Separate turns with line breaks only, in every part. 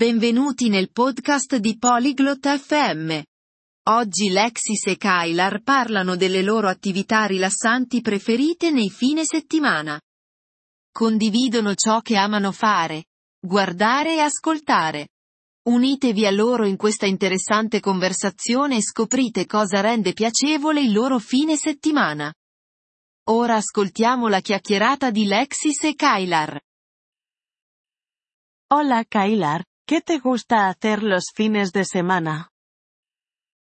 Benvenuti nel podcast di Polyglot FM. Oggi Lexis e Kylar parlano delle loro attività rilassanti preferite nei fine settimana. Condividono ciò che amano fare, guardare e ascoltare. Unitevi a loro in questa interessante conversazione e scoprite cosa rende piacevole il loro fine settimana. Ora ascoltiamo la chiacchierata di Lexis e Kylar.
Hola, Kailar. ¿Qué te gusta hacer los fines de semana?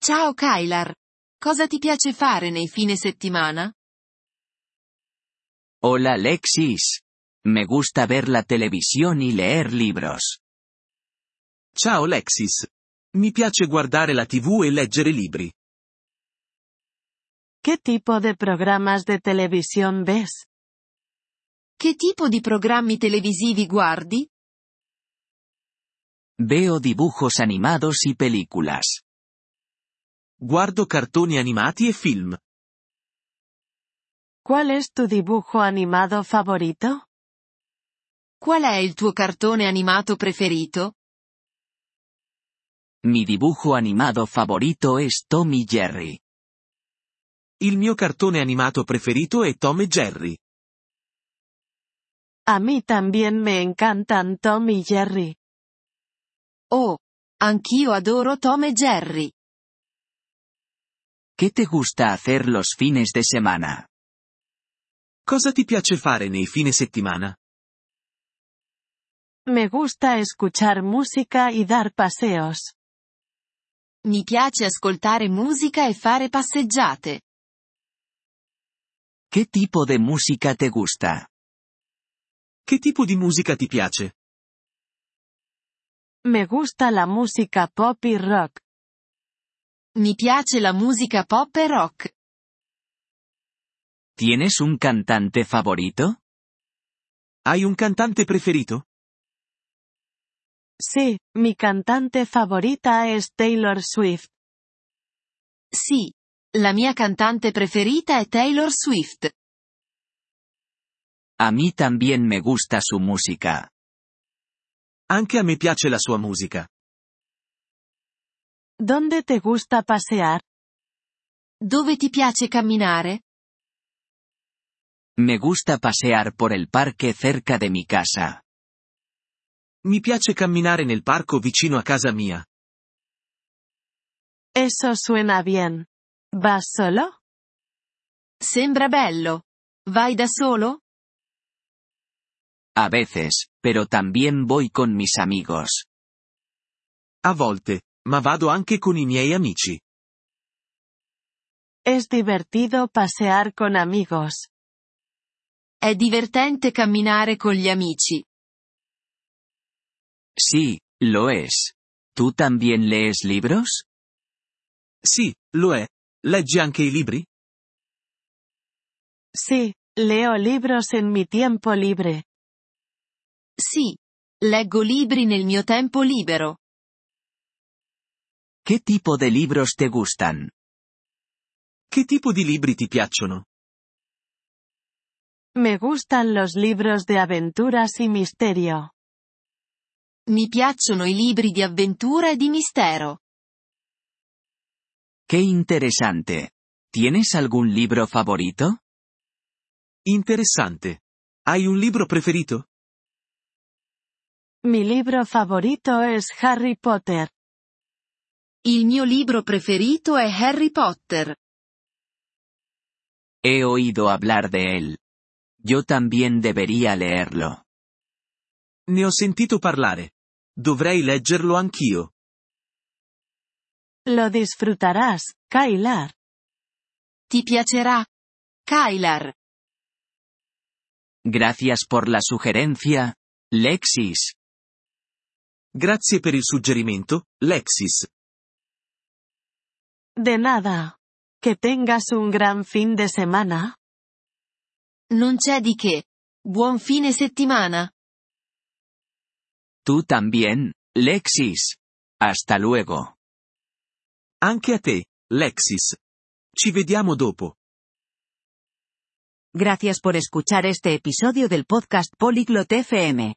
Ciao Kylar. Cosa ti piace fare nei fine settimana?
Hola Lexis. Me gusta ver la televisión y leer libros.
Ciao Lexis. Mi piace guardare la TV e leggere libri.
¿Qué tipo de programas de televisión ves?
Che tipo di programmi televisivi guardi?
Veo dibujos animados y películas.
Guardo cartoni animati e film.
¿Cuál es tu dibujo animado favorito?
Qual è il tuo cartone animato preferito?
Mi dibujo animado favorito es Tom y Jerry.
Il mio cartone animato preferito è Tom e Jerry.
A mí también me encantan Tom y Jerry.
Oh, anch'io adoro Tom e Jerry.
¿Qué te gusta hacer los fines de semana?
Cosa ti piace fare nei fine settimana?
Me gusta escuchar música y dar paseos.
Mi piace ascoltare musica e fare passeggiate.
¿Qué tipo de música te gusta?
Che tipo di musica ti piace?
Me gusta la música pop y rock.
Mi piace la musica pop e rock.
¿Tienes un cantante favorito?
Hai un cantante preferito?
Sí, mi cantante favorita es Taylor Swift.
Sì. La mia cantante preferita è Taylor Swift.
A mí también me gusta su música.
Anche a me piace la sua musica.
¿Dónde te gusta pasear?
Dove ti piace camminare?
Me gusta pasear por el parque cerca de mi casa.
Mi piace camminare nel parco vicino a casa mia.
Eso suena bien. ¿Vas solo?
Sembra bello. Vai da solo?
A veces, pero también voy con mis amigos.
A volte, ma vado anche con i miei amici.
Es divertido pasear con amigos.
È divertente camminare con gli amici.
Sí, lo es. ¿Tú también lees libros?
Sì, lo è. Leggi anche i libri?
Sí, leo libros en mi tiempo libre.
Sì. Leggo libri nel mio tempo libero.
¿Qué tipo de libros te gustan?
Che tipo di libri ti piacciono?
Me gustan los libros de aventuras y misterio.
Mi piacciono i libri di avventura e di mistero.
Qué interesante. ¿Tienes algún libro favorito?
Interessante. Hai un libro preferito?
Mi libro favorito es Harry Potter.
Il mio libro preferito è Harry Potter.
He oído hablar de él. Yo también debería leerlo.
Ne ho sentito parlare. Dovrei leggerlo anch'io.
Lo disfrutarás, Kailar.
Ti piacerà? Kylar,
Gracias por la sugerencia, Lexis.
Grazie per il suggerimento, Lexis.
De nada. Que tengas un gran fin de semana.
non c'è di che. Buon fine settimana.
Tú también, Lexis. Hasta luego.
Anche a te, Lexis. Ci vediamo dopo.
Gracias por escuchar este episodio del podcast Polyglot FM.